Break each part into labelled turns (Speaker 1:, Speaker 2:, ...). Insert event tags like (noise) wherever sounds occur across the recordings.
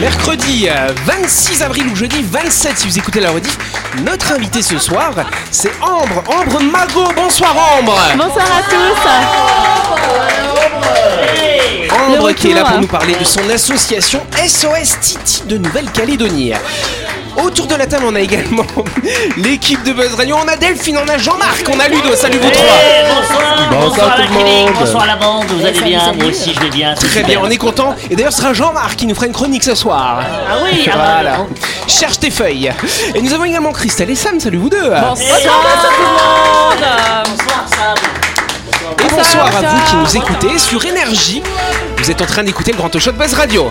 Speaker 1: mercredi euh, 26 avril ou jeudi 27 si vous écoutez la rediff. Notre invité ce soir, c'est Ambre, Ambre Magot. Bonsoir Ambre.
Speaker 2: Bonsoir à tous.
Speaker 1: Ambre
Speaker 2: Le
Speaker 1: qui est là
Speaker 2: retour.
Speaker 1: pour nous parler de son association SOS Titi de Nouvelle-Calédonie. Autour de la table, on a également (laughs) l'équipe de Buzz Radio. On a Delphine, on a Jean-Marc, on a Ludo. Salut vous trois.
Speaker 3: Hey, Eh, bonsoir, bonsoir,
Speaker 4: Bonsoir
Speaker 3: à la
Speaker 4: tout le
Speaker 3: clinique,
Speaker 4: monde.
Speaker 3: bonsoir à la bande, vous allez
Speaker 2: Eh, salut,
Speaker 3: bien,
Speaker 2: salut.
Speaker 3: moi aussi je vais bien. c'est
Speaker 1: Très
Speaker 3: super.
Speaker 1: bien, on est content. Et d'ailleurs, ce sera Jean-Marc qui nous fera une chronique ce soir.
Speaker 3: Ah oui, ah bah,
Speaker 1: Voilà. Cherche tes feuilles. Et nous avons également Christelle et Sam. Salut vous deux.
Speaker 2: Bonsoir tout le monde.
Speaker 3: bonsoir Sam.
Speaker 1: Et bonsoir, à
Speaker 2: bonsoir.
Speaker 1: vous qui nous écoutez sur Énergie. Vous êtes en train d'écouter le Grand Show de Buzz Radio.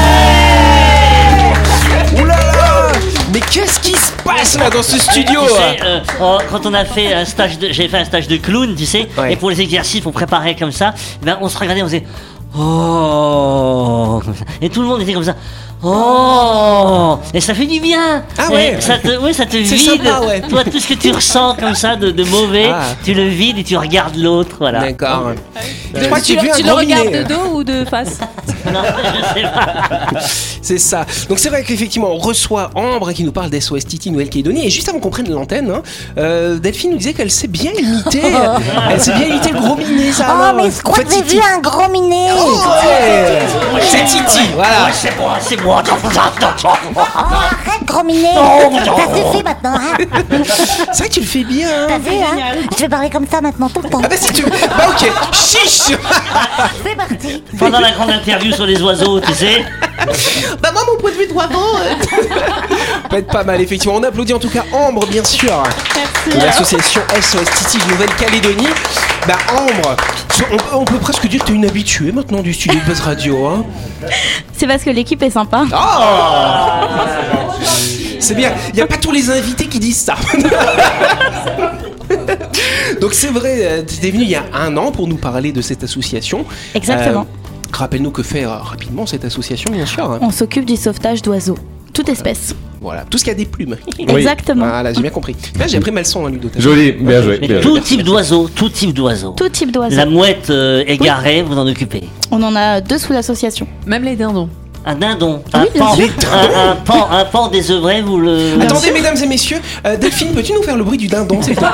Speaker 1: Ouh là là Mais qu'est-ce qui se passe là dans ce studio hein
Speaker 3: Tu sais, euh, oh, quand on a fait un stage, de, j'ai fait un stage de clown, tu sais,
Speaker 1: Ouais.
Speaker 3: et pour les exercices, on préparait comme ça, ben on se regardait, on faisait oh, comme ça. et tout le monde était comme ça. Oh Et ça fait du bien
Speaker 1: Ah
Speaker 3: Et
Speaker 1: ouais.
Speaker 3: ça te, ouais, ça te
Speaker 1: C'est
Speaker 3: vide
Speaker 1: sympa, ouais.
Speaker 3: Toi, tout ce que tu ressens comme ça de, de mauvais,
Speaker 1: Ah.
Speaker 3: tu le vides et tu regardes l'autre, voilà.
Speaker 1: D'accord. Je crois que
Speaker 2: Tu,
Speaker 1: j'ai vu un
Speaker 2: tu le
Speaker 1: grand
Speaker 2: regardes
Speaker 1: minet.
Speaker 2: de dos ou de face
Speaker 3: Non, (laughs) je sais pas.
Speaker 1: C'est ça. Donc c'est vrai qu'effectivement, on reçoit Ambre qui nous parle d'SOS Titi Nouvelle-Calédonie. Et juste avant qu'on prenne l'antenne, hein, euh, Delphine nous disait qu'elle sait bien imiter.
Speaker 2: (laughs)
Speaker 1: elle sait bien imiter le gros minet, ça.
Speaker 5: Oh,
Speaker 1: alors.
Speaker 5: mais je
Speaker 1: En
Speaker 5: crois
Speaker 1: fait,
Speaker 5: que j'ai
Speaker 1: Titi.
Speaker 5: vu un gros minet.
Speaker 1: Oh, ouais. C'est Titi, voilà.
Speaker 3: Ouais, c'est moi, c'est moi.
Speaker 5: Oh, arrête, gros minet. Ça suffit maintenant, (laughs) hein.
Speaker 1: C'est vrai que tu le fais bien.
Speaker 5: T'as
Speaker 1: hein.
Speaker 5: vu, hein Je vais parler comme ça maintenant tout le (laughs) temps.
Speaker 1: Ah bah si tu veux. Bah ok. Chiche.
Speaker 5: C'est parti.
Speaker 3: Pendant la grande interview sur les oiseaux, tu sais.
Speaker 1: Bah moi mon point de vue de euh. avant (laughs) peut être pas mal effectivement. On applaudit en tout cas Ambre bien sûr. L'association SOS Titi de Nouvelle-Calédonie. Bah Ambre, on, on peut presque dire que t'es une habituée maintenant du studio de Buzz Radio. Hein.
Speaker 2: C'est parce que l'équipe est sympa.
Speaker 1: Ah C'est bien, il n'y a pas tous les invités qui disent ça. (laughs) Donc c'est vrai, tu étais venu il y a un an pour nous parler de cette association.
Speaker 2: Exactement.
Speaker 1: Euh, Rappelle-nous que fait euh, rapidement cette association, bien sûr.
Speaker 2: On s'occupe du sauvetage d'oiseaux. Toute espèce.
Speaker 1: Voilà, tout ce qui a des plumes. (laughs)
Speaker 2: Exactement.
Speaker 1: Voilà, j'ai bien compris. Là, j'ai appris ma leçon, hein, Ludo. t'as vu.
Speaker 4: Joli, bien joué.
Speaker 3: Mais
Speaker 4: bien joué.
Speaker 3: tout type d'oiseau, tout type d'oiseau.
Speaker 2: Tout type d'oiseaux.
Speaker 3: La mouette euh, égarée, vous en occupez.
Speaker 2: On en a deux sous l'association.
Speaker 6: Même les dindons.
Speaker 3: Un dindon, un,
Speaker 2: Oui, bien
Speaker 3: pan,
Speaker 2: sûr.
Speaker 3: un, un pan, un pan désœuvré, vous le.
Speaker 1: Attendez, mesdames et messieurs, euh, Delphine, peux-tu nous faire le bruit du dindon,
Speaker 3: (laughs)
Speaker 1: s'il te plaît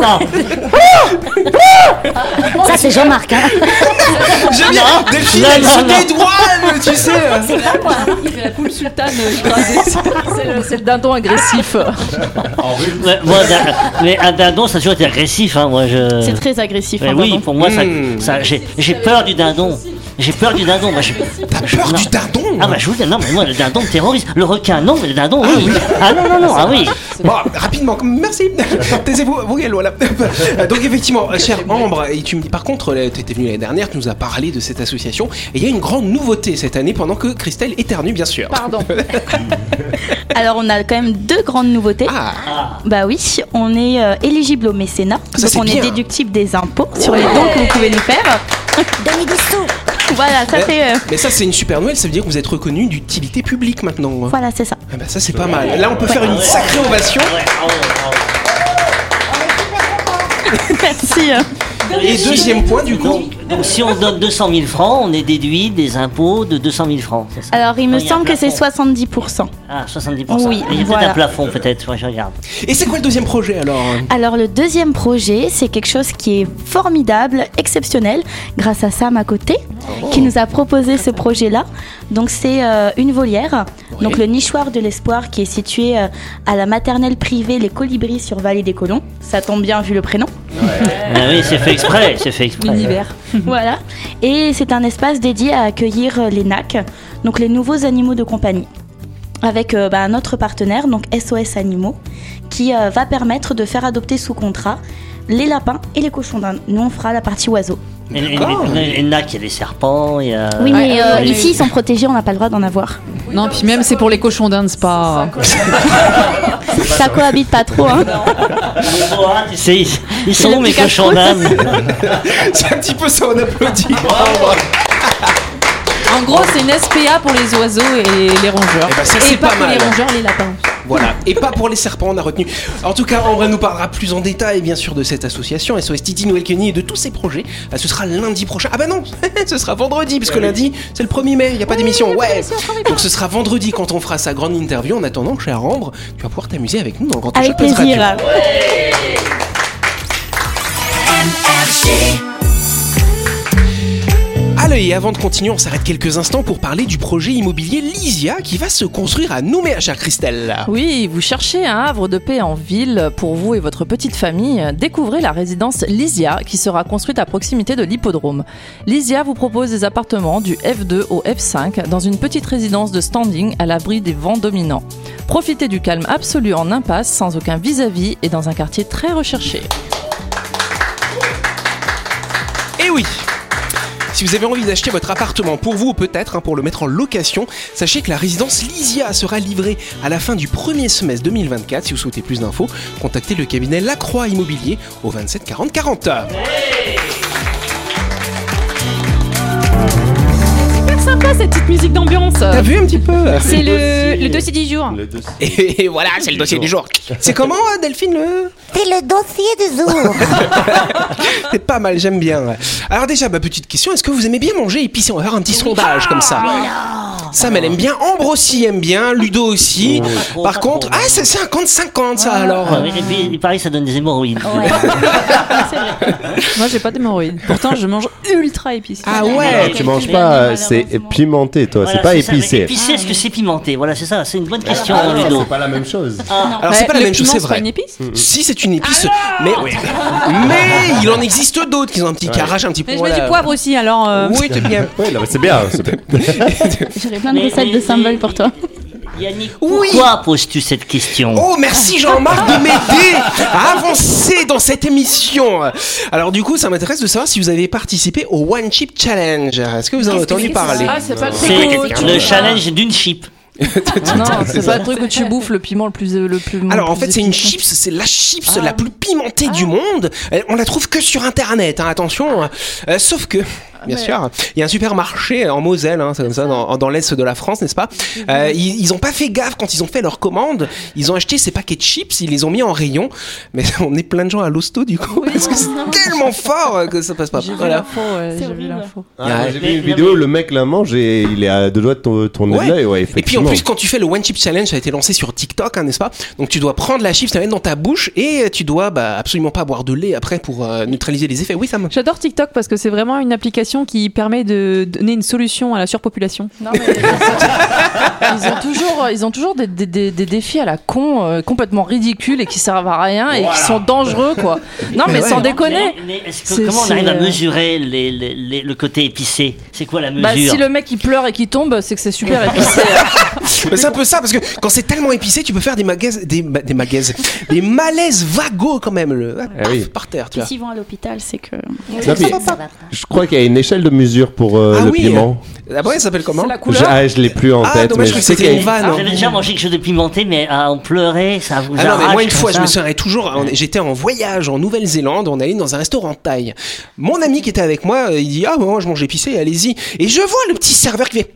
Speaker 3: Non,
Speaker 5: Ça, c'est Jean-Marc, hein.
Speaker 1: J'aime bien Delphine,
Speaker 3: Non,
Speaker 1: elle
Speaker 3: non,
Speaker 1: se
Speaker 3: non.
Speaker 1: dédouane, tu sais
Speaker 3: (laughs)
Speaker 6: La poule sultane écrasée. C'est le- C'est le dindon agressif.
Speaker 3: ouais, moi, d'un- mais un dindon, ça a toujours été agressif, hein, moi je.
Speaker 1: Euh,
Speaker 2: C'est très agressif.
Speaker 3: Mais
Speaker 1: ben
Speaker 2: hein,
Speaker 3: oui,
Speaker 2: pardon.
Speaker 3: pour moi, ça,
Speaker 1: Mm.
Speaker 3: ça- j'ai j'ai peur du dindon. J'ai peur du dindon. Moi, je-
Speaker 1: T'as peur
Speaker 3: non.
Speaker 1: du dindon
Speaker 3: Ah bah je vous dis, non, mais moi le dindon me terrorise. Le requin, non, mais le dindon, oui. Ah non, non, non, ah oui.
Speaker 1: Bon, rapidement,
Speaker 3: (laughs)
Speaker 1: merci. Taisez-vous, vous Gaël, voilà. Donc effectivement, euh, chère Ambre, et tu me dis par contre, tu étais venue l'année dernière, tu nous as parlé de cette association, et il y a une grande nouveauté cette année, pendant que Christelle éternue, bien sûr.
Speaker 6: Pardon.
Speaker 2: Alors on a quand même deux grandes nouveautés.
Speaker 1: Ah,
Speaker 2: Bah oui, on est euh, éligible au mécénat.
Speaker 1: Ça, c'est
Speaker 2: donc on
Speaker 1: bien.
Speaker 2: est déductible des impôts sur les dons que vous pouvez nous faire.
Speaker 5: Donnez des sous.
Speaker 2: Voilà, ça
Speaker 1: mais,
Speaker 2: c'est... euh,
Speaker 1: mais ça c'est une super nouvelle, ça veut dire que vous êtes reconnu d'utilité publique maintenant.
Speaker 2: Voilà, c'est ça. (laughs)
Speaker 1: Ah bah ça c'est pas mal. Là on peut faire une sacrée ovation.
Speaker 2: Ah, Merci. euh.
Speaker 1: Et deuxième point du coup.
Speaker 3: Donc, donc, si on donne 200 000 francs, on est déduit des impôts de 200 000 francs, c'est ça
Speaker 2: Alors il
Speaker 3: Non, il
Speaker 2: me
Speaker 3: y a un
Speaker 2: semble que c'est
Speaker 3: plafond.
Speaker 2: 70%.
Speaker 3: Ah, 70%.
Speaker 2: Oui,
Speaker 3: Et Il y a peut-être
Speaker 2: voilà.
Speaker 3: un plafond, peut-être, faudrait que je regarde.
Speaker 1: Et c'est quoi le deuxième projet alors
Speaker 2: Alors le deuxième projet, c'est quelque chose qui est formidable, exceptionnel, grâce à Sam à côté, qui nous a proposé ce projet-là. Donc c'est euh, une volière, donc le nichoir de l'espoir qui est situé euh, à la maternelle privée Les Colibris sur Vallée des Colons. Ça tombe bien vu le prénom.
Speaker 3: Ah oui, c'est fait exprès, c'est fait exprès.
Speaker 6: L'univers.
Speaker 2: voilà. Et c'est un espace dédié à accueillir euh, les NAC, donc les nouveaux animaux de compagnie, avec euh, bah, notre partenaire, donc SOS Animaux, qui euh, va permettre de faire adopter sous contrat les lapins et les cochons d'Inde. Nous, on fera la partie oiseau.
Speaker 3: Il y a- Ah, il y a- il y a- il y a- il y a les serpents, il y a...
Speaker 2: oui, mais
Speaker 6: ouais,
Speaker 2: euh,
Speaker 6: ouais,
Speaker 2: ici,
Speaker 6: ouais.
Speaker 2: ils sont protégés, on n'a pas le droit d'en avoir.
Speaker 6: Oui,
Speaker 4: Non, puis même c'est pour les cochons d'Inde, c'est pas.
Speaker 2: Ça cohabite pas trop. (laughs) Hein.
Speaker 3: Les Boas, hein, tu sais, ils, ils sont
Speaker 4: le
Speaker 3: où mes
Speaker 4: Picasso.
Speaker 3: cochons d'âme
Speaker 1: (laughs) C'est un petit peu ça, on applaudit. Ambre.
Speaker 4: En gros, c'est une SPA pour les oiseaux et les rongeurs.
Speaker 1: Eh ben, ça, c'est
Speaker 4: et pas,
Speaker 1: pas
Speaker 4: que
Speaker 1: mal.
Speaker 4: les rongeurs, les lapins.
Speaker 1: (laughs) Voilà. Et pas pour les serpents, on a retenu. En tout cas, Ambre nous parlera plus en détail, bien sûr, de cette association SOS Titi Noël Kenny et de tous ses projets. Ah, Ce sera lundi prochain. Ah bah non, (laughs) ce sera vendredi, puisque lundi, c'est le 1er mai, il n'y a pas d'émission. Ouais. Donc ce sera vendredi quand on fera sa grande interview. En attendant, cher Ambre, tu vas pouvoir t'amuser avec nous dans le Grand
Speaker 2: Avec
Speaker 1: Touch Up Radio.
Speaker 2: plaisir.
Speaker 1: Allez, et avant de continuer, on s'arrête quelques instants pour parler du projet immobilier Lysia qui va se construire à Nouméa, chère Christelle.
Speaker 6: Oui, vous cherchez un havre de paix en ville pour vous et votre petite famille Découvrez la résidence Lysia qui sera construite à proximité de l'hippodrome. Lysia vous propose des appartements du F2 au F5 dans une petite résidence de standing à l'abri des vents dominants. Profitez du calme absolu en impasse sans aucun vis-à-vis et dans un quartier très recherché.
Speaker 1: Et Eh oui si vous avez envie d'acheter votre appartement pour vous ou peut-être hein, pour le mettre en location, sachez que la résidence Lysia sera livrée à la fin du premier semestre 2024. Si vous souhaitez plus d'infos, contactez le cabinet Lacroix Immobilier au 27 40 40.
Speaker 7: sympa cette petite musique d'ambiance.
Speaker 1: T'as vu un petit peu
Speaker 7: C'est le, le dossier du jour.
Speaker 8: Le dossier.
Speaker 1: Et voilà, c'est le dossier du jour. C'est comment hein, Delphine le
Speaker 5: C'est le dossier du jour.
Speaker 1: C'est pas mal, j'aime bien. Alors déjà, ma petite question, est-ce que vous aimez bien manger épicé On va faire un petit sondage comme ça. Sam, elle aime bien, Ambre aussi aime bien, Ludo aussi.
Speaker 3: Oh.
Speaker 1: Par contre, ah, c'est 50-50 ça alors.
Speaker 3: Ah oui, Et puis, il paraît que ça donne des hémorroïdes.
Speaker 6: Moi j'ai pas d'hémorroïdes, pourtant je mange ultra épicé.
Speaker 1: Ah ouais
Speaker 8: Eh, Tu manges pas, euh, c'est pimenté, toi,
Speaker 3: Voilà,
Speaker 8: Bah, c'est pas
Speaker 3: ça, mais
Speaker 8: épicé.
Speaker 3: Épicé, est-ce que c'est pimenté Voilà, c'est ça, c'est une bonne question,
Speaker 8: Ah,
Speaker 3: Ludo.
Speaker 8: c'est pas la même chose.
Speaker 1: Alors c'est
Speaker 6: Ouais,
Speaker 1: pas la
Speaker 6: le
Speaker 1: même chose,
Speaker 6: piment,
Speaker 1: c'est
Speaker 6: pas
Speaker 1: vrai.
Speaker 6: une épice
Speaker 1: Si c'est une épice, mais, mais il en existe d'autres qui ont un petit carrage, un petit peu.
Speaker 7: Mais je mets du poivre aussi, alors. euh,
Speaker 1: Oui, c'est bien.
Speaker 8: Ouais, non, mais c'est bien. c'est bien.
Speaker 2: J'aurais plein de
Speaker 3: Mais-
Speaker 2: recettes de
Speaker 3: mais-
Speaker 2: symboles pour toi.
Speaker 3: Yannick,
Speaker 1: Oui.
Speaker 3: pourquoi poses-tu cette question
Speaker 1: Oh, merci Jean-Marc de m'aider à avancer dans cette émission. Alors du coup, ça m'intéresse de savoir si vous avez participé au One Chip Challenge. Est-ce que vous en avez entendu parler
Speaker 6: Ah, c'est pas le
Speaker 3: C'est
Speaker 6: truc où tu-
Speaker 3: le challenge d'une chip.
Speaker 6: Non, c'est pas le truc où tu bouffes le piment le plus. Le plus
Speaker 1: Alors
Speaker 6: le
Speaker 1: en
Speaker 6: plus Ah.
Speaker 1: fait c'est une
Speaker 6: épicé.
Speaker 1: chips, c'est la chips la plus pimentée du monde. Euh, On la trouve que sur internet, hein, attention. Euh, sauf que,
Speaker 6: Ah,
Speaker 1: bien sûr, il y a un supermarché en Moselle, hein, c'est comme ça, dans, dans l'est de la France, n'est-ce pas Euh, Ils ils ont pas fait gaffe quand ils ont fait leur commande. Ils ont acheté ces paquets de chips, ils les ont mis en rayon. Mais (laughs) on est plein de gens à l'hosto du coup, parce que c'est
Speaker 6: (laughs)
Speaker 1: tellement fort euh, que ça passe pas.
Speaker 6: J'ai vu
Speaker 1: Voilà.
Speaker 6: l'info, ouais, j'ai vu
Speaker 2: horrible.
Speaker 6: l'info.
Speaker 8: Ah,
Speaker 1: Ouais.
Speaker 8: J'ai vu une
Speaker 3: Mais-
Speaker 8: vidéo, le mec la mange et il est à deux doigts de ton- tourner
Speaker 1: Ouais.
Speaker 8: de l'œil. Ouais,
Speaker 1: Et puis en
Speaker 8: effectivement.
Speaker 1: plus, quand tu fais le One Chip Challenge, ça a été lancé sur TikTok, hein, n'est-ce pas Donc tu dois prendre la chips, tu la mettre dans ta bouche et euh, tu dois bah, absolument pas boire de lait après pour euh, neutraliser les effets. Oui, ça me.
Speaker 7: J'adore TikTok parce que c'est vraiment une application qui permet de donner une solution à la surpopulation.
Speaker 6: Non, mais (laughs) ils ont toujours, euh, ils ont toujours des, des- des- des défis à la con, euh, complètement ridicules et qui servent à rien et qui sont dangereux, quoi. Non, mais,
Speaker 1: Mais ouais.
Speaker 6: sans déconner.
Speaker 3: Mais, mais est-ce que-
Speaker 6: C'est-
Speaker 3: comment on
Speaker 6: c'est,
Speaker 3: arrive à
Speaker 6: euh,
Speaker 3: mesurer les- les- les- le côté épicé C'est quoi la mesure
Speaker 6: Bah, si le mec il pleure et qu'il tombe, c'est que c'est super épicé.
Speaker 1: Mais Bah, c'est un peu ça, parce que quand c'est tellement épicé, tu peux faire des magaises, des, ma- des magaises, des malaises vagos quand même, le,
Speaker 8: Eh
Speaker 1: paf,
Speaker 8: oui.
Speaker 1: par terre, tu
Speaker 2: Puis
Speaker 1: vois.
Speaker 2: s'ils vont à l'hôpital, c'est que.
Speaker 8: Non, puis, je crois qu'il y a une échelle de mesure pour euh,
Speaker 1: Ah
Speaker 8: le
Speaker 1: oui.
Speaker 8: piment.
Speaker 1: Après, ça s'appelle comment
Speaker 6: C'est la
Speaker 8: Je,
Speaker 6: couleur.
Speaker 8: ah, je l'ai plus en
Speaker 1: Ah,
Speaker 8: tête,
Speaker 1: dommage,
Speaker 8: mais
Speaker 1: je
Speaker 8: je
Speaker 1: crois que
Speaker 8: sais qu'il y a
Speaker 1: c'était
Speaker 8: une-
Speaker 1: une vanne.
Speaker 3: Ah,
Speaker 1: hein.
Speaker 3: J'avais déjà mangé quelque chose de pimenté, mais à en pleurer, ça vous
Speaker 1: Ah non, mais moi, une
Speaker 3: arrache
Speaker 1: fois,
Speaker 3: comme
Speaker 1: je me
Speaker 3: ça.
Speaker 1: serais toujours. on- J'étais en voyage en Nouvelle-Zélande, on allait dans un restaurant thaï. Mon ami qui était avec moi, euh, il dit Ah, moi, je mange épicé, allez-y. Et je vois le petit serveur qui fait.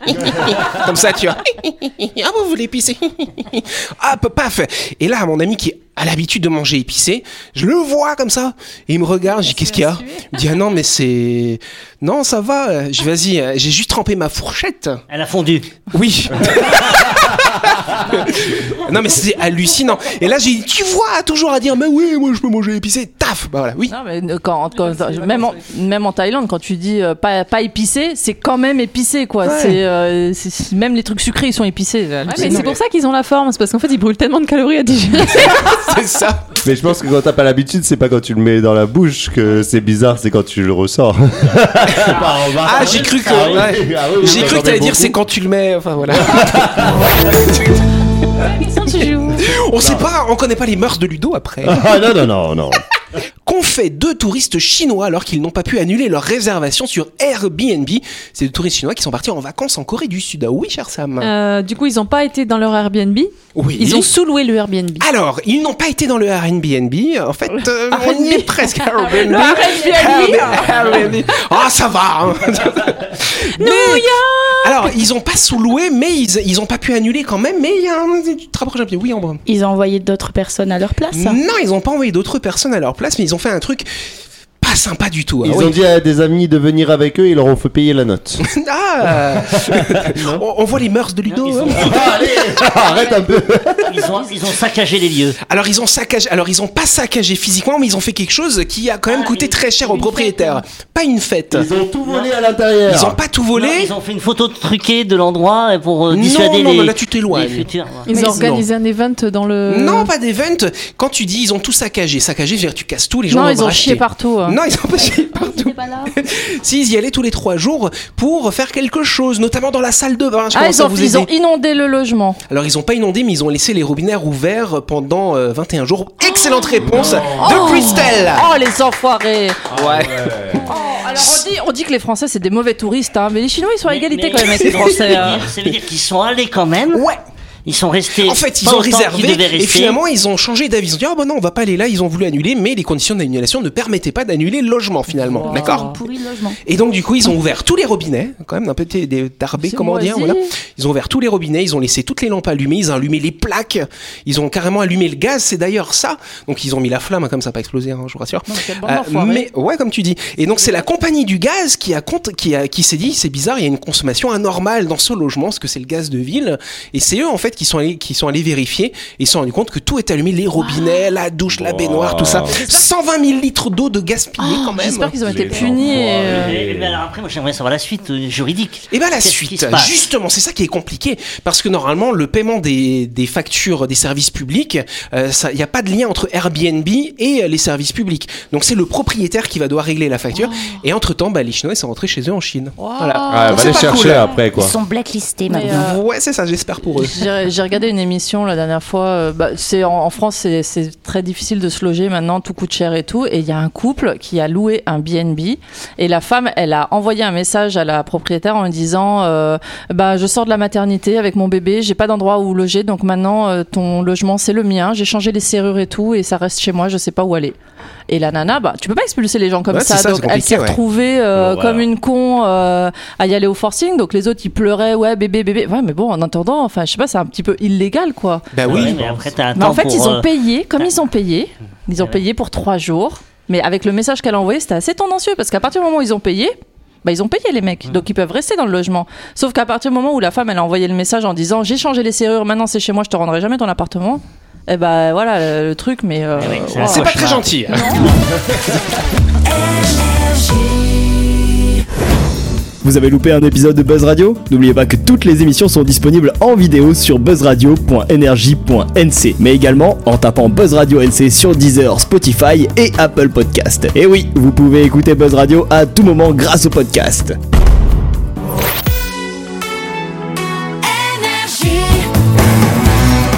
Speaker 1: (laughs) Comme ça, tu vois. Ah, vous voulez épicé (laughs) Hop, paf Et là, mon ami qui a l'habitude de manger épicé, je le vois comme ça. Et il me regarde, je dis Qu'est-ce qu'il y a Il me dit Ah non, mais c'est. Non, ça va. Je dis, Vas-y, euh, j'ai juste trempé ma fourchette.
Speaker 3: Elle a fondu.
Speaker 1: Oui. (laughs) non mais c'est hallucinant. Et là j'ai dit tu vois toujours à dire mais oui moi je peux manger épicé taf bah voilà (laughs) oui.
Speaker 6: Non, mais euh, quand, quand- même, en, même en Thaïlande, quand tu dis euh, pas, pas épicé, c'est quand même épicé, quoi.
Speaker 1: Ouais.
Speaker 6: C'est, euh, c'est- même les trucs sucrés, ils sont épicés.
Speaker 7: Ouais, mais c'est pour ça qu'ils ont la forme, c'est parce qu'en fait ils brûlent tellement de calories
Speaker 1: (laughs)
Speaker 7: à digérer.
Speaker 1: C'est ça.
Speaker 8: Mais je pense que quand t'as pas l'habitude, c'est pas quand tu le mets dans la bouche que c'est bizarre, c'est quand tu le ressors. (laughs)
Speaker 1: Ah j'ai cru que
Speaker 8: Ah oui,
Speaker 1: ouais.
Speaker 8: ah oui,
Speaker 1: j'ai cru que
Speaker 8: j'entendais
Speaker 1: t'allais dire
Speaker 8: beaucoup.
Speaker 1: c'est quand tu le mets enfin voilà.
Speaker 7: Ils sont toujours-
Speaker 1: On sait pas on connaît pas les mœurs de Ludo après.
Speaker 8: Ah non, non, non, non.
Speaker 1: qu'ont fait deux touristes chinois alors qu'ils n'ont pas pu annuler leur réservation sur Airbnb. C'est des touristes chinois qui sont partis en vacances en Corée du Sud. Ah oui, cher Sam.
Speaker 7: Euh, du coup, ils n'ont pas été dans leur Airbnb.
Speaker 1: oui. Ah,
Speaker 7: Ils ont sous-loué le Airbnb.
Speaker 1: Alors, ils n'ont pas été dans le Airbnb. En fait, euh, on y est presque. Airbnb. Airbnb. Ah, ça va. hein. Mais- Alors, ils n'ont pas sous-loué, mais ils ils ont pas pu annuler quand même. Mais il y a un- tu te rapproches un peu. Oui, Ambre.
Speaker 2: Ils ont envoyé d'autres personnes à leur place.
Speaker 1: Non, ils n'ont pas envoyé d'autres personnes à leur place, mais ils ont fait un truc pas sympa du tout. Ah
Speaker 8: Ils
Speaker 1: oui.
Speaker 8: ont dit à des amis de venir avec eux, ils leur ont fait payer la note.
Speaker 1: (laughs)
Speaker 8: (laughs)
Speaker 1: Ah on, on voit les mœurs de Ludo. hein.
Speaker 8: Ah, Arrête un peu.
Speaker 3: (laughs) Ils ont, ils ont saccagé les lieux.
Speaker 1: Alors ils ont saccagé, alors ils ont pas saccagé physiquement, mais ils ont fait quelque chose qui a quand même
Speaker 3: Ah,
Speaker 1: coûté
Speaker 3: une-
Speaker 1: très cher
Speaker 3: une
Speaker 1: aux propriétaires. Pas une fête.
Speaker 8: Ils ont tout volé à l'intérieur.
Speaker 1: Ils ont pas tout
Speaker 3: Non,
Speaker 1: volé.
Speaker 3: ils ont fait une photo truquée de l'endroit pour euh,
Speaker 1: Non,
Speaker 3: dissuader
Speaker 1: non,
Speaker 3: les,
Speaker 1: mais là, tu t'éloignes.
Speaker 3: les futurs.
Speaker 7: Ils
Speaker 1: Mais
Speaker 7: ont organisé un event dans le.
Speaker 1: Non, pas d'event. Quand tu dis ils ont tout saccagé, saccagé, je veux dire tu casses tout, les gens
Speaker 7: Non,
Speaker 1: vont
Speaker 7: ils ont
Speaker 1: racheter.
Speaker 7: chié partout. hein.
Speaker 1: Non, ils ont pas chié partout. (laughs) Si, ils y allaient tous les trois jours pour faire quelque chose, notamment dans la salle de bain. Je
Speaker 6: Ah,
Speaker 1: commence
Speaker 6: ils
Speaker 1: à
Speaker 6: ont,
Speaker 1: vous
Speaker 6: ils ont
Speaker 1: aider.
Speaker 6: inondé le logement.
Speaker 1: Alors, ils ont pas inondé, mais ils ont laissé les robinets ouverts pendant euh, 21 jours. Excellente réponse de Christelle.
Speaker 6: Oh, les enfoirés Oh,
Speaker 1: ouais.
Speaker 6: Alors, on dit, on dit que les Français, c'est des mauvais touristes, hein, mais les Chinois, ils sont à
Speaker 3: Mais-
Speaker 6: égalité
Speaker 3: mais
Speaker 6: quand même avec
Speaker 3: (laughs)
Speaker 6: les
Speaker 3: ça veut
Speaker 6: Français. hein.
Speaker 3: dire- Ça veut dire qu'ils sont allés quand même.
Speaker 1: Ouais.
Speaker 3: Ils sont restés.
Speaker 1: En fait, ils
Speaker 3: pas
Speaker 1: ont
Speaker 3: autant qu'ils
Speaker 1: réservé
Speaker 3: devaient
Speaker 1: et
Speaker 3: rester.
Speaker 1: finalement ils ont changé d'avis. Ils ont dit ah bah non on va pas aller là. Ils ont voulu annuler, mais les conditions d'annulation ne permettaient pas d'annuler le logement finalement. D'accord.
Speaker 2: Pourri le logement.
Speaker 1: Et donc du coup ils ont ouvert tous les robinets, quand même un peu des- des tarbés
Speaker 6: C'est
Speaker 1: comment dire
Speaker 6: moisi.
Speaker 1: voilà. Ils ont ouvert tous les robinets, ils ont laissé toutes les lampes allumées, ils ont allumé les plaques, ils ont carrément allumé le gaz. C'est d'ailleurs ça. Donc ils ont mis la flamme hein, comme ça a pas explosé, hein, je vous rassure.
Speaker 6: Non, mais quelle bande
Speaker 1: Euh,
Speaker 6: d'enfoirés.
Speaker 1: mais ouais, comme tu dis. Et donc c'est la compagnie du gaz qui a compte, qui a, qui s'est dit, c'est bizarre, il y a une consommation anormale dans ce logement, parce que c'est le gaz de ville. Et c'est eux en fait qui sont allés, qui sont allés vérifier et ils se sont rendus compte que tout est allumé, les robinets, la douche, la baignoire, tout ça. 120 000 litres d'eau de gaspillé quand même.
Speaker 6: Ah, J'espère qu'ils ont été
Speaker 8: Les
Speaker 6: punis. et, euh,
Speaker 3: Et- mais alors après, moi j'aimerais savoir la suite euh, juridique.
Speaker 1: Et bien Eh ben, la
Speaker 3: Qu'est-ce qui
Speaker 1: suite,
Speaker 3: se passe
Speaker 1: justement, c'est ça qui est compliqué, parce que normalement le paiement des, des factures des services publics, il n'y a pas de lien entre Airbnb et euh, les services publics. Donc c'est le propriétaire qui va devoir régler la facture,
Speaker 3: Oh.
Speaker 1: et entre-temps, bah, les Chinois ils sont rentrés chez eux en Chine.
Speaker 6: oh,
Speaker 1: Voilà.
Speaker 8: Ah,
Speaker 1: Donc,
Speaker 8: va
Speaker 1: c'est
Speaker 8: les
Speaker 1: pas
Speaker 8: chercher
Speaker 1: cool.
Speaker 8: après
Speaker 5: Ils
Speaker 8: quoi.
Speaker 5: sont blacklistés
Speaker 6: Mais,
Speaker 5: maintenant.
Speaker 6: euh,
Speaker 1: Ouais, c'est ça, j'espère pour eux.
Speaker 6: J'ai j'ai regardé une émission la dernière fois. euh, bah, c'est en, en France, c'est- c'est très difficile de se loger maintenant, tout coûte cher et tout. Et il y a un couple qui a loué un BNB et la femme, elle a envoyé un message à la propriétaire en lui disant, euh, bah je sors de la maternité avec mon bébé, j'ai pas d'endroit où loger, donc maintenant euh, ton logement c'est le mien, j'ai changé les serrures et tout et ça reste chez moi, je sais pas où aller. Et la nana, bah tu peux pas expulser les gens comme
Speaker 1: Ouais,
Speaker 6: ça,
Speaker 1: c'est ça,
Speaker 6: donc
Speaker 1: c'est
Speaker 6: elle s'est
Speaker 1: compliqué, ouais.
Speaker 6: retrouvée euh,
Speaker 8: Bon, voilà.
Speaker 6: comme une con. euh, à y aller au forcing. Donc les autres, ils pleuraient, ouais, bébé, bébé. Ouais, mais bon, en attendant, enfin, je sais pas, c'est un petit peu illégal, quoi.
Speaker 1: Bah
Speaker 3: Ouais,
Speaker 1: oui.
Speaker 3: mais après t'as un
Speaker 6: Mais en
Speaker 3: temps
Speaker 6: fait,
Speaker 3: pour,
Speaker 6: ils
Speaker 3: euh,
Speaker 6: ont payé, comme ils ont payé, ils ont
Speaker 3: Ouais.
Speaker 6: payé pour trois jours. Mais avec le message qu'elle a envoyé, c'était assez tendancieux parce qu'à partir du moment où ils ont payé, bah, ils ont payé les mecs, donc ils peuvent rester dans le logement. Sauf qu'à partir du moment où la femme elle a envoyé le message en disant j'ai changé les serrures, maintenant c'est chez moi, je te rendrai jamais ton appartement. Et ben voilà le, le truc, mais euh,
Speaker 3: Eh oui, c'est
Speaker 6: wow.
Speaker 3: assez
Speaker 1: C'est pas très gentil. hein.
Speaker 9: Vous avez loupé un épisode de Buzz Radio N'oubliez pas que toutes les émissions sont disponibles en vidéo sur buzzradio.energie.nc, mais également en tapant Buzz Radio NC sur Deezer, Spotify et Apple Podcast.
Speaker 8: Eh
Speaker 9: Et oui, vous pouvez écouter Buzz Radio à tout moment grâce au podcast.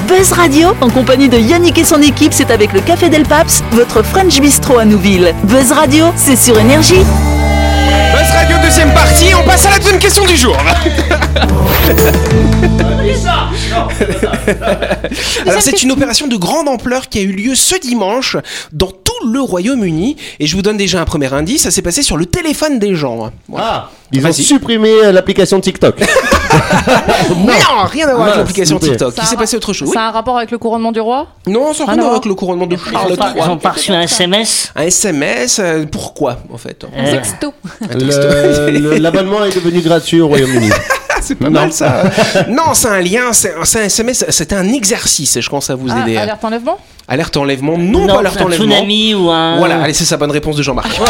Speaker 10: Buzz Radio, en compagnie de Yannick et son équipe, c'est avec le Café Del Paps, votre French Bistro à Nouville. Buzz Radio, c'est sur Énergie.
Speaker 1: Buzz Radio, deuxième partie, on passe à la deuxième question du
Speaker 6: (laughs)
Speaker 1: jour. Alors c'est une opération de grande ampleur qui a eu lieu ce dimanche dans tout le Royaume-Uni et je vous donne déjà un premier indice, ça s'est passé sur le téléphone des gens. Voilà.
Speaker 8: Ah, Ils ont
Speaker 1: Vas-y.
Speaker 8: supprimé euh, l'application (laughs) TikTok.
Speaker 1: (laughs) non. rien à voir avec
Speaker 8: Ah,
Speaker 1: l'application
Speaker 8: s'il vous plaît.
Speaker 1: TikTok. Il s'est passé autre chose. Oui.
Speaker 6: Ça a un rapport avec le couronnement du roi Ah,
Speaker 1: Non, ça n'a rien
Speaker 6: Rien à
Speaker 1: à voir
Speaker 6: voir.
Speaker 1: avec le couronnement de
Speaker 3: Ils ont
Speaker 1: Charles
Speaker 3: pas- ils ont
Speaker 1: III.
Speaker 3: pas reçu un SMS.
Speaker 1: Un SMS, euh, pourquoi en fait
Speaker 3: euh,
Speaker 8: Le- (laughs) le- L'abonnement est devenu gratuit au Royaume-Uni.
Speaker 1: Ah, C'est pas mal ça. non, c'est un lien, c'est un c'est un SMS, c'était un exercice, je pense à vous
Speaker 6: Ah,
Speaker 1: aider.
Speaker 6: Alerte enlèvement
Speaker 1: Alerte enlèvement, non,
Speaker 3: non,
Speaker 1: pas alerte
Speaker 3: un
Speaker 1: enlèvement.
Speaker 3: tsunami hein. ou un.
Speaker 1: Voilà, allez, c'est sa bonne réponse de Jean-Marc. (laughs)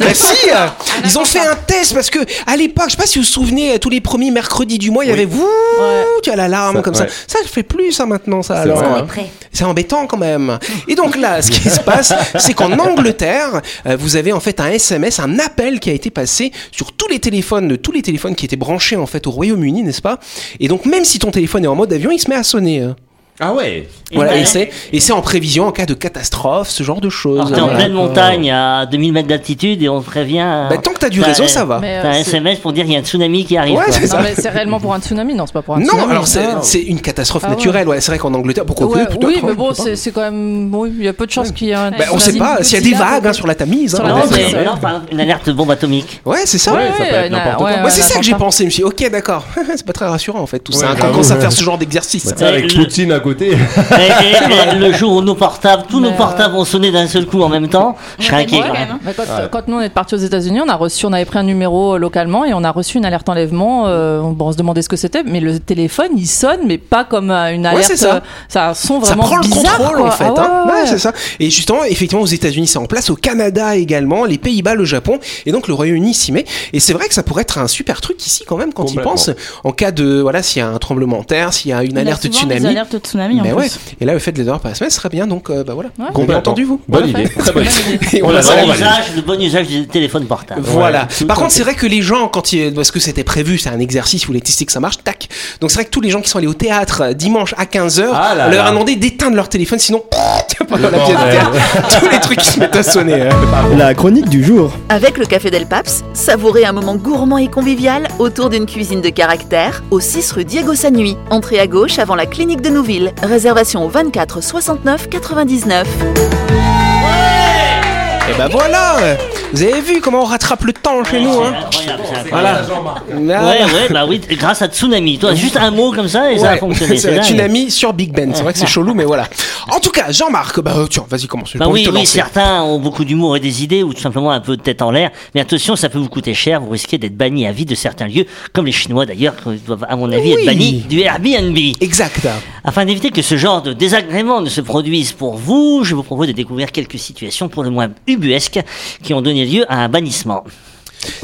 Speaker 1: Bah si, euh, ils ont fait un test parce que à l'époque, je sais pas si vous vous souvenez, euh, tous les premiers mercredis du mois, il y avait vous, tu as l'alarme
Speaker 8: Ça,
Speaker 1: comme ça.
Speaker 8: ouais.
Speaker 1: Ça, je fais plus ça maintenant, ça. Alors,
Speaker 8: vrai. hein.
Speaker 1: euh, c'est embêtant quand même. Et donc là, ce
Speaker 8: (laughs)
Speaker 1: qui se passe, c'est qu'en Angleterre, euh, vous avez en fait un SMS, un appel qui a été passé sur tous les téléphones, de tous les téléphones qui étaient branchés en fait au Royaume-Uni, n'est-ce pas Et donc même si ton téléphone est en mode avion, il se met à sonner. euh. Ah ouais.
Speaker 3: Et
Speaker 1: Voilà,
Speaker 3: bah-
Speaker 6: ben,
Speaker 1: et c'est et c'est en prévision en cas de catastrophe, ce genre de choses.
Speaker 3: Alors t'es en
Speaker 1: Voilà.
Speaker 3: pleine montagne à 2000 mètres d'altitude et on te prévient.
Speaker 1: Bah, tant que t'as du réseau, ça va.
Speaker 3: T'as
Speaker 1: Mais,
Speaker 6: euh,
Speaker 3: un
Speaker 6: c'est-
Speaker 3: SMS pour dire il y a un tsunami qui arrive.
Speaker 1: Ouais,
Speaker 3: quoi.
Speaker 1: c'est ça.
Speaker 6: Non, mais c'est réellement pour un tsunami, non, c'est pas pour un
Speaker 1: Non,
Speaker 6: tsunami.
Speaker 1: alors c'est
Speaker 6: Ah.
Speaker 1: c'est une catastrophe
Speaker 6: Ah ouais.
Speaker 1: naturelle. Ouais, c'est vrai qu'en Angleterre, pourquoi
Speaker 6: Ouais,
Speaker 1: peut-être,
Speaker 6: oui,
Speaker 1: peut-être,
Speaker 6: mais
Speaker 1: hein,
Speaker 6: bon,
Speaker 1: je sais pas.
Speaker 6: c'est c'est quand même. Bon, il y a peu de chances qu'il y ait un.
Speaker 1: Bah, on sait pas s'il y a des vagues hein, sur la Tamise.
Speaker 6: Sur
Speaker 1: hein,
Speaker 6: la
Speaker 1: on
Speaker 3: Non,
Speaker 1: sait
Speaker 3: mais-
Speaker 1: pas.
Speaker 3: mais non, par exemple, une alerte bombe atomique.
Speaker 1: (laughs) Ouais, c'est ça.
Speaker 6: Ouais, ouais, ouais, ouais, ouais,
Speaker 1: Moi, c'est
Speaker 6: ouais,
Speaker 1: ça que j'ai
Speaker 6: n'importe
Speaker 1: pensé. Je me suis dit, ok, d'accord. (laughs) c'est pas très rassurant en fait. Tout
Speaker 8: Ouais,
Speaker 1: ça. hein, Quand on
Speaker 8: j'avoue,
Speaker 1: commence à
Speaker 8: ouais.
Speaker 1: faire ce genre d'exercice.
Speaker 8: Bah, t'sais, (laughs) avec
Speaker 3: le-
Speaker 8: Poutine à (laughs) côté.
Speaker 3: Et- et- et le jour où nos portables, tous nos
Speaker 6: Mais, euh,
Speaker 3: portables ont sonné d'un seul coup en même temps, je serais inquiet
Speaker 4: ouais,
Speaker 3: quand
Speaker 4: quand
Speaker 2: hein.
Speaker 3: même.
Speaker 4: même.
Speaker 6: Mais quand, hein. quand nous on est partis aux États-Unis, on a reçu, on avait pris un numéro euh, localement et on a reçu une alerte enlèvement. euh, on, bon, on se demandait ce que c'était, mais le téléphone il sonne, mais pas comme euh, une alerte.
Speaker 1: c'est ça.
Speaker 6: euh, ça a un son
Speaker 1: Ça
Speaker 6: vraiment
Speaker 1: prend le
Speaker 6: bizarre,
Speaker 1: contrôle
Speaker 6: quoi.
Speaker 1: en fait.
Speaker 6: Ah ouais,
Speaker 1: hein.
Speaker 6: ouais,
Speaker 1: Ouais,
Speaker 6: ouais.
Speaker 1: c'est ça. Et justement, effectivement, aux États-Unis, c'est en place, au Canada également, les Pays-Bas, le Japon, et donc le Royaume-Uni s'y met. Et c'est vrai que ça pourrait être un super truc ici quand même quand ils
Speaker 8: Complètement.
Speaker 1: pensent en cas de voilà, s'il y a un tremblement de terre, s'il y a une
Speaker 2: On a
Speaker 1: alerte
Speaker 2: souvent
Speaker 1: tsunami.
Speaker 2: Des alertes de tsunami en
Speaker 1: Mais
Speaker 2: plus.
Speaker 1: ouais. Et là, le fait de les avoir par la semaine serait bien. Donc euh, bah voilà.
Speaker 6: Ouais.
Speaker 1: Vous avez entendu vous
Speaker 8: Bonne idée, très bonne
Speaker 1: (laughs)
Speaker 8: idée.
Speaker 1: Et on
Speaker 3: Le
Speaker 1: va s'en
Speaker 3: bon,
Speaker 1: aller.
Speaker 3: usage, le bon usage des téléphones portables.
Speaker 1: Voilà.
Speaker 8: tout
Speaker 1: Par
Speaker 8: à
Speaker 1: contre,
Speaker 8: fait.
Speaker 1: c'est vrai que les gens, quand ils, parce que c'était prévu, c'est un exercice, vous voulez tester que ça marche, tac. Donc c'est vrai que tous les gens qui sont allés au théâtre euh, dimanche à 15h,
Speaker 8: Ah là
Speaker 1: on leur
Speaker 8: là.
Speaker 1: a demandé d'éteindre leur téléphone, sinon, (laughs) tiens, pendant la pièce de
Speaker 8: bordel.
Speaker 1: théâtre, tous les trucs qui se mettent à sonner. euh.
Speaker 8: Ah
Speaker 9: La chronique du jour.
Speaker 10: Avec le Café Del Paps, savourez un moment gourmand et convivial autour d'une cuisine de caractère au 6 rue Diego Sanui. Entrée à gauche avant la clinique de Nouville. Réservation au 24 69 99.
Speaker 1: Et bah voilà euh, Vous avez vu comment on rattrape le temps chez nous, hein
Speaker 3: C'est incroyable, c'est
Speaker 1: Voilà.
Speaker 3: incroyable.
Speaker 1: Là,
Speaker 3: Ouais, ouais, bah oui, grâce à Tsunami. Toi, juste un mot comme ça et ça a
Speaker 1: ouais,
Speaker 3: fonctionné.
Speaker 1: (laughs) c'est la
Speaker 3: dingue.
Speaker 1: tsunami sur Big Ben. C'est vrai que
Speaker 3: (laughs)
Speaker 1: c'est chelou, mais voilà. En tout cas, Jean-Marc, bah euh, tiens, vas-y, commence. j'ai
Speaker 3: Bah
Speaker 1: pas envie
Speaker 3: oui,
Speaker 1: de te
Speaker 3: oui,
Speaker 1: lancer.
Speaker 3: certains ont beaucoup d'humour et des idées ou tout simplement un peu de tête en l'air. Mais attention, ça peut vous coûter cher. Vous risquez d'être banni à vie de certains lieux, comme les Chinois d'ailleurs, qui doivent, à mon avis,
Speaker 1: Oui.
Speaker 3: être bannis du Airbnb.
Speaker 1: Exact.
Speaker 3: Afin d'éviter que ce genre de désagréments ne se produisent pour vous, je vous propose de découvrir quelques situations pour le moins ubuesques qui ont donné lieu à un bannissement.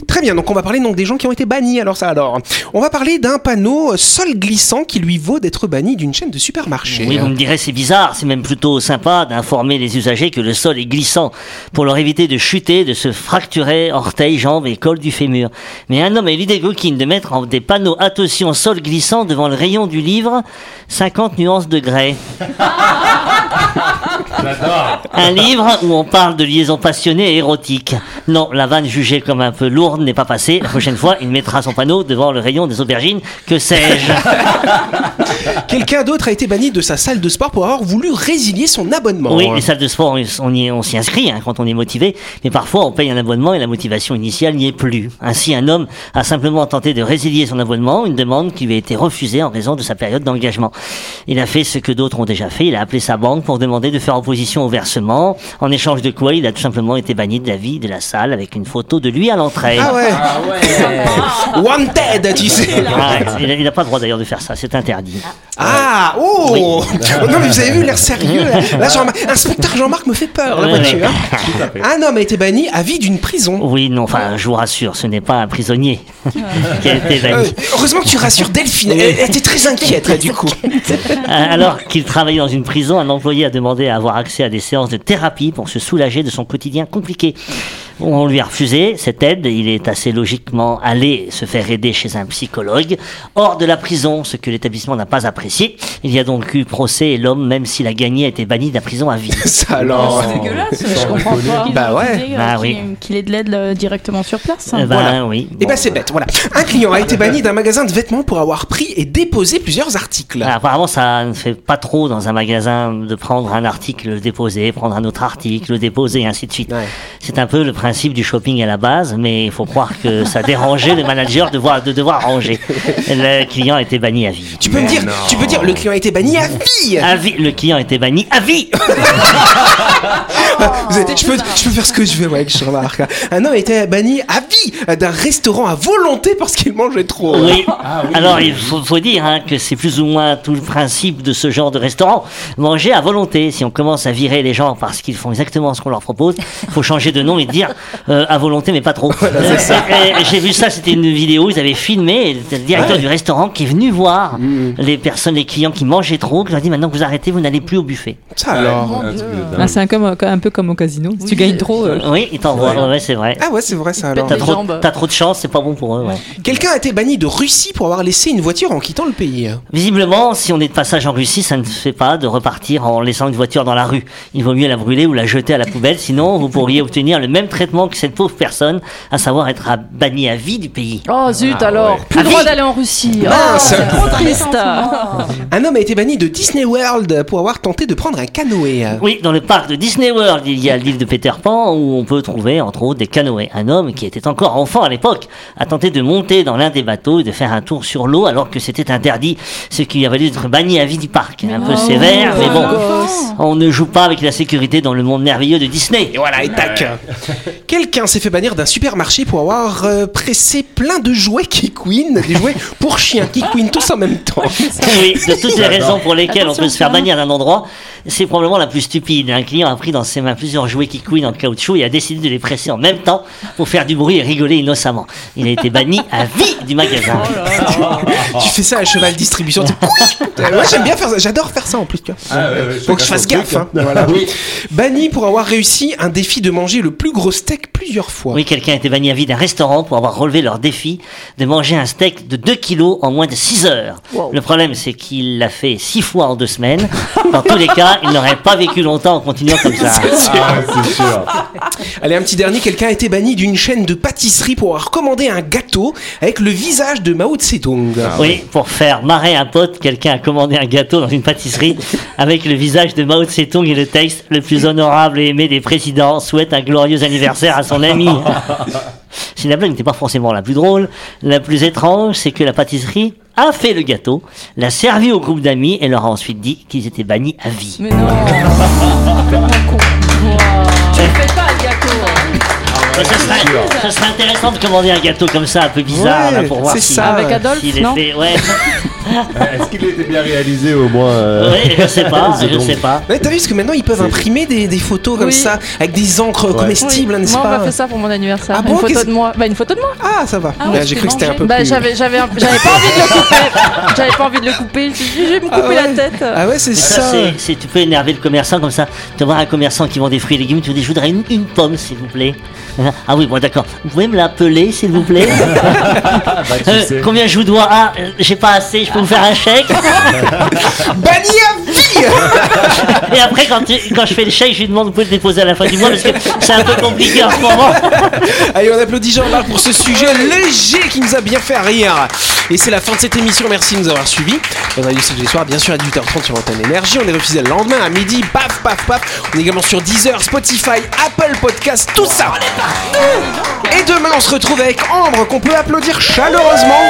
Speaker 1: Très bien, donc on va parler donc des gens qui ont été bannis. Alors ça, alors, on va parler d'un panneau euh, sol glissant qui lui vaut d'être banni d'une chaîne de supermarché.
Speaker 3: Oui, vous me direz, c'est bizarre, c'est même plutôt sympa d'informer les usagers que le sol est glissant pour leur éviter de chuter, de se fracturer orteils, jambes et col du fémur. Mais un homme a eu l'idée coquine de mettre en- des panneaux attention sol glissant devant le rayon du livre 50 nuances de grès. Un livre où on parle de liaisons passionnées et érotiques. Non, la vanne jugée comme un peu lourde n'est pas passée. La prochaine fois, il mettra son panneau devant le rayon des aubergines. Que sais-je
Speaker 1: Quelqu'un d'autre a été banni de sa salle de sport pour avoir voulu résilier son abonnement.
Speaker 3: Oui, les salles de sport, on y- on s'y inscrit hein, quand on est motivé, mais parfois on paye un abonnement et la motivation initiale n'y est plus. Ainsi, un homme a simplement tenté de résilier son abonnement, une demande qui lui a été refusée en raison de sa période d'engagement. Il a fait ce que d'autres ont déjà fait, il a appelé sa banque pour demander de faire opposition au versement, en échange de quoi il a tout simplement été banni de la vie de la salle avec une photo de lui à l'entrée.
Speaker 1: Ah ouais. Wanted, tu sais.
Speaker 3: Ah, il n'a pas le droit d'ailleurs de faire ça, c'est interdit.
Speaker 1: Ah, oh Non, mais vous avez vu l'air sérieux. Là, Là, Jean-Marc, inspecteur Jean-Marc me fait peur, la
Speaker 3: Ouais,
Speaker 1: voiture. hein.
Speaker 3: ouais. (laughs)
Speaker 1: Un homme a été banni à vie d'une prison.
Speaker 3: Oui, non, enfin, je vous rassure, ce n'est pas un prisonnier (laughs) qui a été banni.
Speaker 1: Euh, heureusement que tu rassures Delphine. Elle, elle était très inquiète, là, du coup.
Speaker 3: Euh, Alors qu'il travaillait dans une prison, un employé a demandé à avoir accès à des séances de thérapie pour se soulager de son quotidien compliqué. On lui a refusé cette aide. Il est assez logiquement allé se faire aider chez un psychologue hors de la prison, ce que l'établissement n'a pas apprécié. Il y a donc eu procès et l'homme, même s'il a gagné, a été banni de la prison à vie.
Speaker 1: Ça, alors.
Speaker 4: Je comprends pas.
Speaker 1: Bah ouais.
Speaker 2: Qu'il-
Speaker 3: Bah oui.
Speaker 2: Qu'il ait de l'aide euh, directement sur place. hein.
Speaker 3: Eh ben,
Speaker 1: Voilà.
Speaker 3: oui.
Speaker 1: Eh
Speaker 3: Bon.
Speaker 1: ben c'est bête, voilà. Un client a été banni d'un magasin de vêtements pour avoir pris et déposé plusieurs articles.
Speaker 3: Ah, Apparemment, ça ne fait pas trop dans un magasin de prendre un article, le déposer, prendre un autre article, le déposer, et ainsi de suite.
Speaker 1: Ouais.
Speaker 3: C'est un peu le principe du shopping à la base, mais il faut croire que ça dérangeait le manager de devoir, de devoir ranger. Le client a été banni à vie.
Speaker 1: Tu peux me dire, tu peux dire, le client a été banni à vie.
Speaker 3: À vie, le client a été banni à vie.
Speaker 1: Ah, Vous êtes- je, peux, je peux faire ce que je veux, ouais, je remarque. Un homme a été banni à vie d'un restaurant à volonté parce qu'il mangeait trop.
Speaker 3: Ah Oui. Alors il faut, faut dire hein, que c'est plus ou moins tout le principe de ce genre de restaurant. Manger à volonté. Si on commence à virer les gens parce qu'ils font exactement ce qu'on leur propose, faut changer de nom et dire euh, à volonté mais pas trop. Euh, et- et J'ai vu ça, c'était une vidéo. Ils avaient filmé et le directeur du restaurant qui est venu voir les personnes, les clients qui mangeaient trop, qui leur dit maintenant que vous arrêtez, vous n'allez plus au buffet.
Speaker 1: Ça alors.
Speaker 7: Ah, c'est un, comme, un peu peu comme au casino. Si tu gagnes trop. euh,
Speaker 3: Oui, ils t'envoient, ouais, c'est vrai.
Speaker 1: Ah ouais, c'est vrai ça alors.
Speaker 3: T'as trop, t'as trop de chance, c'est pas bon pour eux. ouais.
Speaker 1: Quelqu'un a été banni de Russie pour avoir laissé une voiture en quittant le pays.
Speaker 3: Visiblement, si on est de passage en Russie, ça ne fait pas de repartir en laissant une voiture dans la rue. Il vaut mieux la brûler ou la jeter à la poubelle, sinon vous pourriez obtenir le même traitement que cette pauvre personne, à savoir être à- banni à vie du pays.
Speaker 6: Oh zut alors, plus
Speaker 3: Ah,
Speaker 6: le droit
Speaker 3: oui.
Speaker 6: d'aller en Russie. Oh,
Speaker 1: Mince. Ah,
Speaker 6: c'est trop triste.
Speaker 1: Un homme a été banni de Disney World pour avoir tenté de prendre un canoë.
Speaker 3: Oui, dans le parc de Disney World, il y a l'île de Peter Pan où on peut trouver entre autres des canoës. Un homme qui était encore enfant à l'époque a tenté de monter dans l'un des bateaux et de faire un tour sur l'eau alors que c'était interdit, ce qui lui a valu d'être banni à vie du parc. Un peu sévère, mais
Speaker 6: Oh,
Speaker 3: bon,
Speaker 6: Ah,
Speaker 3: on ne joue pas avec la sécurité dans le monde merveilleux de Disney.
Speaker 1: Et voilà, et tac Quelqu'un s'est fait bannir d'un supermarché pour avoir euh, pressé plein de jouets qui couinent, des jouets pour chiens qui couinent tous en même temps.
Speaker 3: Oui, de toutes les
Speaker 1: J'adore.
Speaker 3: raisons pour lesquelles on peut se faire
Speaker 1: Attention,
Speaker 3: bannir d'un endroit, c'est probablement la plus stupide. Un client a pris dans ses mains plusieurs jouets qui couinent en caoutchouc et a décidé de les presser en même temps pour faire du bruit et rigoler innocemment. Il a été banni à vie du magasin.
Speaker 1: Tu fais ça à cheval distribution. tu- Euh, Moi j'aime bien faire ça, j'adore faire ça en plus. Tu vois.
Speaker 8: Ah, ouais, ouais,
Speaker 1: Faut que je fasse
Speaker 8: chacun son
Speaker 1: gaffe.
Speaker 8: truc,
Speaker 1: hein.
Speaker 8: hein.
Speaker 1: Voilà.
Speaker 8: Oui.
Speaker 1: Banni pour avoir réussi un défi de manger le plus gros steak plusieurs fois.
Speaker 3: Oui, quelqu'un a été banni à vie d'un restaurant pour avoir relevé leur défi de manger un steak de 2 kilos en moins de 6 heures. Le problème, c'est qu'il l'a fait 6 fois en 2 semaines. Dans tous les cas, il n'aurait pas vécu longtemps en continuant comme ça.
Speaker 8: Ah, ouais, (laughs) c'est sûr.
Speaker 1: Allez, un petit dernier. Quelqu'un a été banni d'une chaîne de pâtisserie pour avoir commandé un gâteau avec le visage de Mao Tse-tung.
Speaker 3: Oui, pour faire marrer un pote, quelqu'un a commandé un gâteau dans une pâtisserie avec le visage de Mao Tse-tung et le texte Le plus honorable et aimé des présidents souhaite un glorieux anniversaire à son ami. Si la blague n'était pas forcément la plus drôle, la plus étrange, c'est que la pâtisserie a fait le gâteau, l'a servi au groupe d'amis et leur a ensuite dit qu'ils étaient bannis à vie.
Speaker 6: Mais non. Tu le fais pas le gâteau. hein.
Speaker 3: Ouais, ce, serait, ce serait intéressant de commander un gâteau comme ça, un peu bizarre,
Speaker 1: Ouais,
Speaker 3: là, pour voir
Speaker 1: c'est
Speaker 3: si,
Speaker 1: ça. Avec
Speaker 6: Adolphe,
Speaker 3: s'il Ah, est
Speaker 6: non
Speaker 3: fait- ouais.
Speaker 8: Est-ce qu'il était bien réalisé au moins euh,
Speaker 3: Ouais, je sais pas,
Speaker 8: (laughs) c'est
Speaker 3: je
Speaker 8: donc-
Speaker 3: sais pas.
Speaker 1: Ouais, T'as vu, parce que maintenant ils peuvent imprimer des, des photos comme
Speaker 6: Oui.
Speaker 1: ça, avec des encres comestibles, hein,
Speaker 6: Oui,
Speaker 1: n'est-ce
Speaker 6: Moi, on
Speaker 1: pas
Speaker 6: m'a fait ça pour mon anniversaire.
Speaker 1: Ah
Speaker 6: une
Speaker 1: bon,
Speaker 6: photo
Speaker 1: qu'est-ce-
Speaker 6: de moi. Bah, une photo de moi.
Speaker 1: Ah, ça va.
Speaker 4: ouais,
Speaker 1: Là,
Speaker 4: je
Speaker 1: J'ai
Speaker 4: t'ai
Speaker 1: cru que c'était un
Speaker 4: mangé.
Speaker 1: peu
Speaker 6: Bah,
Speaker 1: plus.
Speaker 6: j'avais, j'avais, un- j'avais pas envie de le couper. J'avais pas envie de le couper. Je me suis dit, je vais me couper la
Speaker 1: ouais.
Speaker 6: tête.
Speaker 1: Ah ouais, c'est
Speaker 3: Mais ça,
Speaker 1: ça.
Speaker 3: c'est- c'est- tu peux énerver le commerçant comme ça. Tu vois un commerçant qui vend des fruits et légumes, tu lui dis Je voudrais une, une pomme, s'il vous plaît. Euh, Ah oui, bon, d'accord. Vous pouvez me l'appeler, s'il
Speaker 1: (laughs)
Speaker 3: vous plaît
Speaker 8: Ah, bah, tu
Speaker 3: Euh,
Speaker 8: sais.
Speaker 3: Combien je vous dois Ah, euh, j'ai pas assez, je peux vous faire un chèque
Speaker 1: (laughs) Banni à vie
Speaker 3: Et après, quand, tu- quand je fais le chèque, je lui demande Vous pouvez le déposer à la fin du mois parce que c'est un peu compliqué en ce moment.
Speaker 1: Allez, on applaudit Jean-Marc pour ce sujet léger qui nous a bien fait rire. Et c'est la fin de cette émission. Merci de nous avoir suivis. On a du tous les soirs, bien sûr, à 18h30 sur l'antenne Énergie. On est refusé le lendemain à midi. Paf, paf, paf. On est également sur Deezer, Spotify, Apple Podcast, tout ça. Et demain, on se retrouve avec Ambre, qu'on peut applaudir chaleureusement.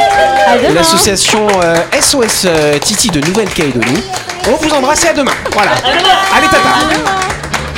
Speaker 1: Et L'association euh, SOS euh, Titi de Nouvelle-Calédonie. On vous embrasse et à demain. Voilà. Allez, tata.